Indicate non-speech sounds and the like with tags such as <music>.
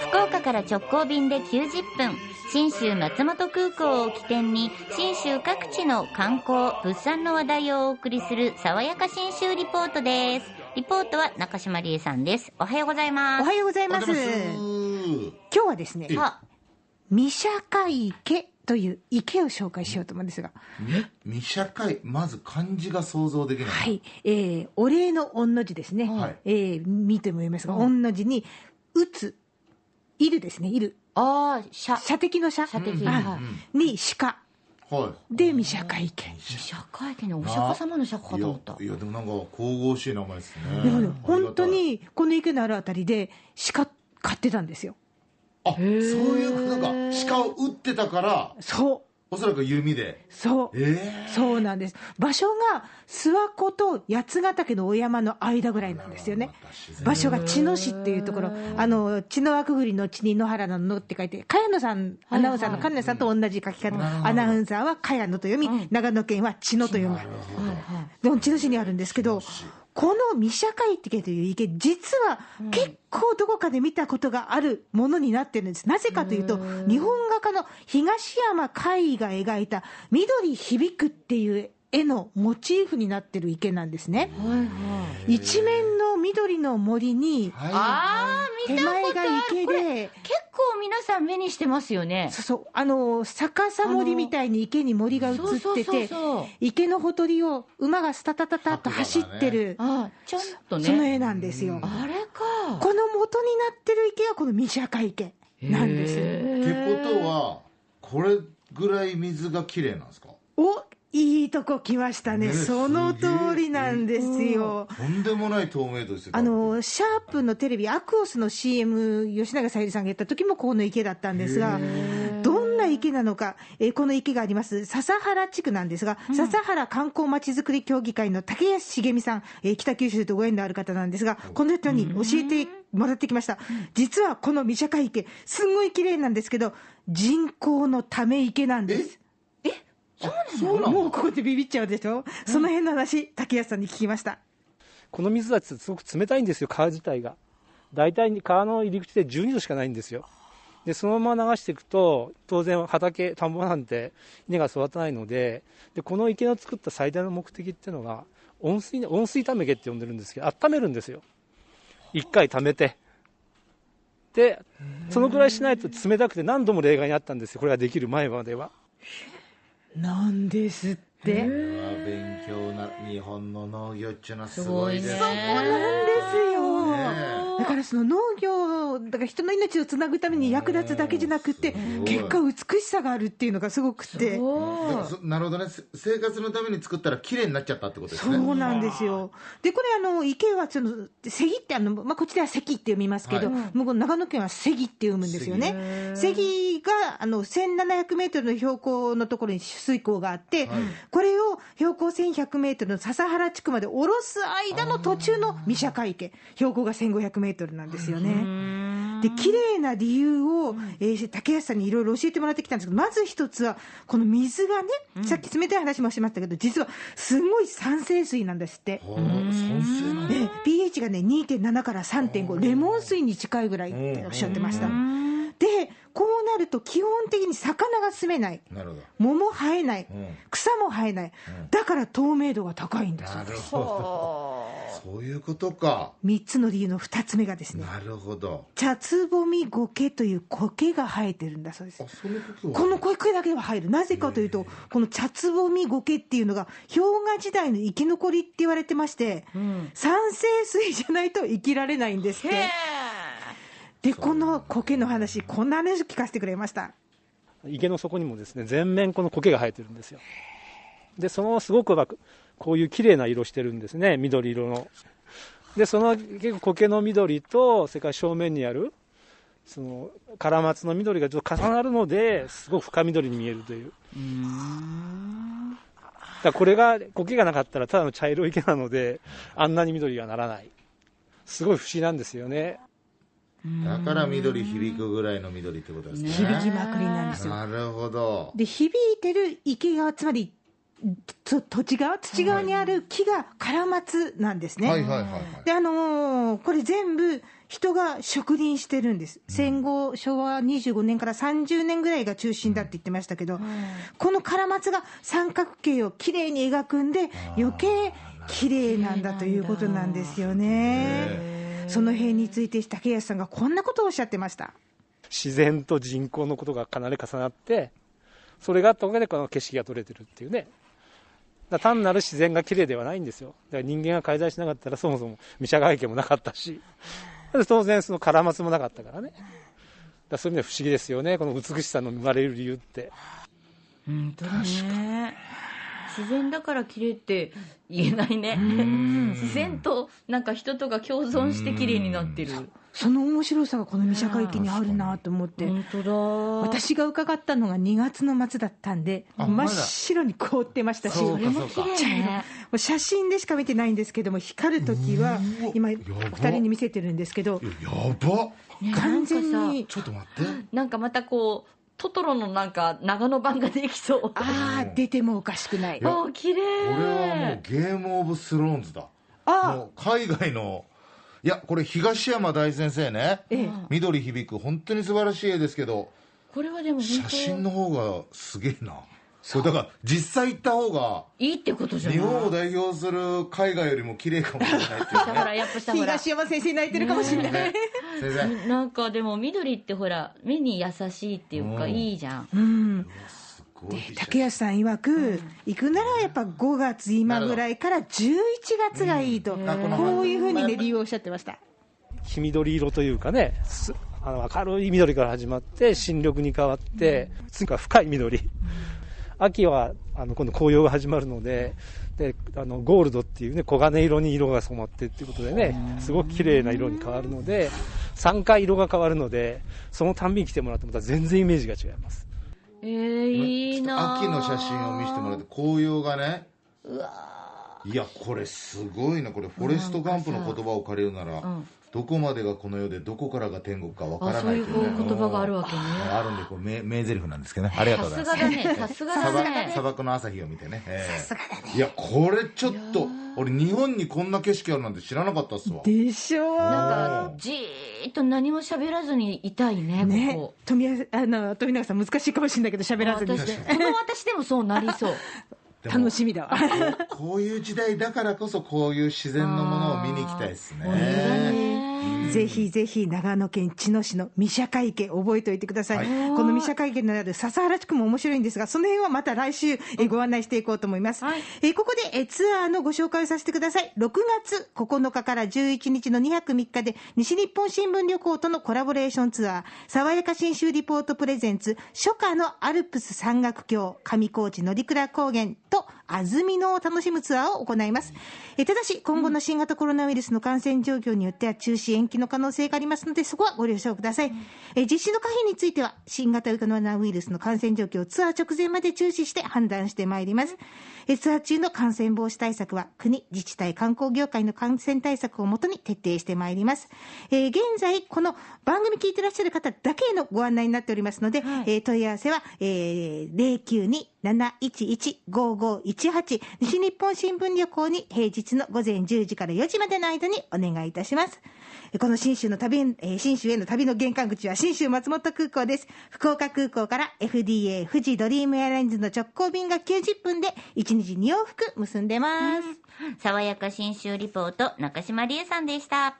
福岡から直行便で90分、新州松本空港を起点に、新州各地の観光、物産の話題をお送りする、爽やか新州リポートです。リポートは中島理恵さんです。おはようございます。おはようございます。おはようござい今ます日はですね、は三坂池という池を紹介しようと思うんですが、未社会まず漢字が想像できない、は、い、えー、お礼の御の字ですね。はいえー、見ても言いますが、御の字に、打つ、いるですね、いる。あー、しゃ、射的の射。射的あはいに鹿。はで、三坂池。社会家のお釈迦様の釈迦いかいとや思った。いやでもなんか神々しい名前ですねでもね本当ありに、この池のあるあたりで、鹿飼ってたんですよ。がたいあそういうことか鹿を撃ってたからそおそらく弓でう、そう。ええそうなんです場所が諏訪湖と八ヶ岳のお山の間ぐらいなんですよねまた自然場所が茅野市っていうところ、あの茅野和くぐりの地に野原の野って書いて、茅野さん、アナウンサーの金野さんと同じ書き方、アナウンサーは茅野と読み、長野県は茅野と読む、でも茅野市にあるんですけど、この三社会池という池、実は結構どこかで見たことがあるものになってるんです、なぜかというと、日本画家の東山海が描いた緑響くっていう絵のモチーフになってる池なんですね。一面の緑の森に、はいあー、手見たこ前とがある。池これ、で、結構皆さん目にしてますよね。そうそう、あの、逆さ森みたいに池に森が映っそうそうてそうて、そう。池のほとりを馬がスタタタタと走ってる、あー、ちょっとそのね。絵なんですよ。あれか。この元になってる池がこの三社会池なんです。ってことはこれぐらい水がきれいなんですかおいいとこ来ましたね。ねその通りなんですよ。とんでもない透明度ですよあのシャープのテレビ、アクオスの CM、吉永小百合さんがやった時もこの池だったんですが、どんな池なのか、えーこの池があります、笹原地区なんですが、笹原観光まちづくり協議会の竹安茂美さん、えー北九州とご縁のある方なんですが、この人に教えてもらってきました、実はこの三社会池、すんごい綺麗なんですけど、人工のため池なんです。そうなんだもうここでビビっちゃうでしょ、その辺の話、竹安さんに聞きました。この水はすごく冷たいんですよ、川自体が。大体に川の入り口で12度しかないんですよ。で、そのまま流していくと、当然畑、田んぼなんて稲が育たないので、で、この池の作った最大の目的っていうのが、温水、温水ため池って呼んでるんですけど、温めるんですよ。一回溜めて。で、そのくらいしないと冷たくて何度も例外にあったんですよ、これができる前までは。なんですって。これは勉強な日本の農業っていうのはすごいですねすごいねなんですよ、ねだからその農業だから人の命をつなぐために役立つだけじゃなくて、うん結果美しさがあるっていうのがすごくてだからそなるほどねせ生活のために作ったら綺麗になっちゃったってことですそねうなんですよでこれあの池はその関ってあの、まあ、こっちでは関って読みますけど、は向こうの長野県は関って読むんですよね関があの1700メートルの標高のところに取水口があって、はいこれを標高1100メートルの笹原地区まで下ろす間の途中の三社池標高が1500メートルなんですよね。で綺麗な理由を、えー竹安さんにいろいろ教えてもらってきたんですけど、まず一つは、この水がね、さっき冷たい話もしましたけど、実はすごい酸性水なんですって。はあ酸性なんだね、pH がね2.7から3.5レモン水に近いぐらいっておっしゃってましたでこうなると基本的に魚が住めないなるほど桃生えないうん草も生えないだから透明度が高いんですなるほどそういうことか3つの理由の2つ目がですねなるほど茶つぼみ苔という苔が生えてるんだそうですあそのことはこの声だけは入る、なぜかというと、この茶つぼみ苔っていうのが、氷河時代の生き残りって言われてまして、酸性水じゃないと生きられないんですって。で、この苔の話、こんな話を聞かせてくれました。池の底にもですね全面この苔が生えてるんですよでそのすごくまあこういう綺麗な色してるんですね緑色のでその結構苔の緑とそれから正面にあるそのカラマツの緑がちょっと重なるのですごく深緑に見えるというだからこれが苔がなかったらただの茶色い池なのであんなに緑がならないすごい不思議なんですよねだから緑響くぐらいの緑ってことですね響きまくりなんですよ。なるほどで、響いてる池が、つまり、と土地側、土側にある木がカラマツなんですね。はいはいはいはい。で、あのーこれ全部人が植林してるんです。戦後、昭和25年から30年ぐらいが中心だって言ってましたけど、このカラマツが三角形をきれいに描くんで、余計きれいなんだということなんですよね。その辺について竹安さんがこんなことをおっしゃってました。自然と人工のことがかなり重なって、それがあったおかげでこの景色が取れてるっていうね。だから単なる自然が綺麗ではないんですよ。だから人間が介在しなかったらそもそも三社外家もなかったし、で当然そのカラマツもなかったからね。だからそういう意味では不思議ですよね。この美しさの生まれる理由って。本当だね自然だから綺麗って言えないね自然となんか人とが共存して綺麗になってるその面白さがこの三社会見にあるなと思って。本当だ私が伺ったのが2月の末だったんで、あ真まっだ白に凍ってましたし、そうこれも綺麗ねもう写真でしか見てないんですけども、光るときはうわ、今、やば2人に見せてるんですけど、やばっ完全に、ちょっと待って。なんかまたこうトトロのなんか長野版ができそうあああ、出てもおかしくない。ー綺これはもう麗ゲームオブスローンズだ。あもう海外の、いや、これ東山大先生ね。ええ緑響く、本当に素晴らしい絵ですけど、これはでも本写当真の方がすげえな。そう、だから実際行った方が、いいってことじゃない日本を代表する海外よりも綺麗かもしれないっていうだからね。やっぱさほら東山先生泣いてるかもしれない。ね先 <laughs> 生。なんかでも緑ってほら目に優しいっていうかうんいいじゃんうん、すごでい美写竹安さん曰く、行くならやっぱ5月今ぐらいから11月がいいと、んあこのこういうふうにね、理由をおっしゃってました。黄緑色というかね、すあの明るい緑から始まって、新緑に変わって、次は深い緑。秋はあの今度紅葉が始まるので、であのゴールドっていうね、黄金色に色が染まってっていうことでね、すごく綺麗な色に変わるので、3回色が変わるので、そのたんびに来てもらってもまた全然イメージが違います。えー、いいなあ秋の写真を見せてもらって紅葉がねうわいやこれすごいなこれフォレスト・ガンプの言葉を借りるなら、うんどこまでがこの世でどこからが天国かわかあらそうないいうというね言葉があるわけねあるんでこう名名台詞なんですけどねありがとうございますさすがだねさすがだね砂漠砂漠の朝日を見てね、さすがだねいやこれちょっと俺日本にこんな景色あるなんて知らなかったっすわでしょう。なんかじーっと何も喋らずにいたいねねここ、富谷あの富永さん、難しいかもしれないけど、喋らずに私でこの私でもそうなりそう <laughs> でも楽しみだわ。こうこう <laughs> いう時代だからこそこういう自然のものを見に行きたいですねぜひぜひ長野県茅野市の三社会家覚えておいてください。この三社会家のある笹原地区も面白いんですが、その辺はまた来週えご案内していこうと思います。はいえーここでえツアーのご紹介をさせてください。6月9日から11日の2泊3日で西日本新聞旅行とのコラボレーションツアー、爽やか新州リポートプレゼンツ、初夏のアルプス山岳橋、上高地乗鞍高原と安曇野を楽しむツアーを行います。えただし、今後の新型コロナウイルスの感染状況によっては中止延期の可能性がありますので、そこはご了承ください。え実施の可否については、新型コロナウイルスの感染状況をツアー直前まで注視して判断してまいります。えツアー中の感染防止対策は、国、自治体、観光業界の感染対策をもとに徹底してまいります。えー現在、この番組聞いてらっしゃる方だけへのご案内になっておりますので、えー問い合わせは、えー、092 711-5518西日本新聞旅行に平日の午前10時から4時までの間にお願いいたします。えこの新州の旅へ、えー新州への旅の玄関口は新州松本空港です。福岡空港から FDA 富士ドリームエアラインズの直行便が90分で1日2往復結んでます。爽やか新州リポート中島理恵さんでした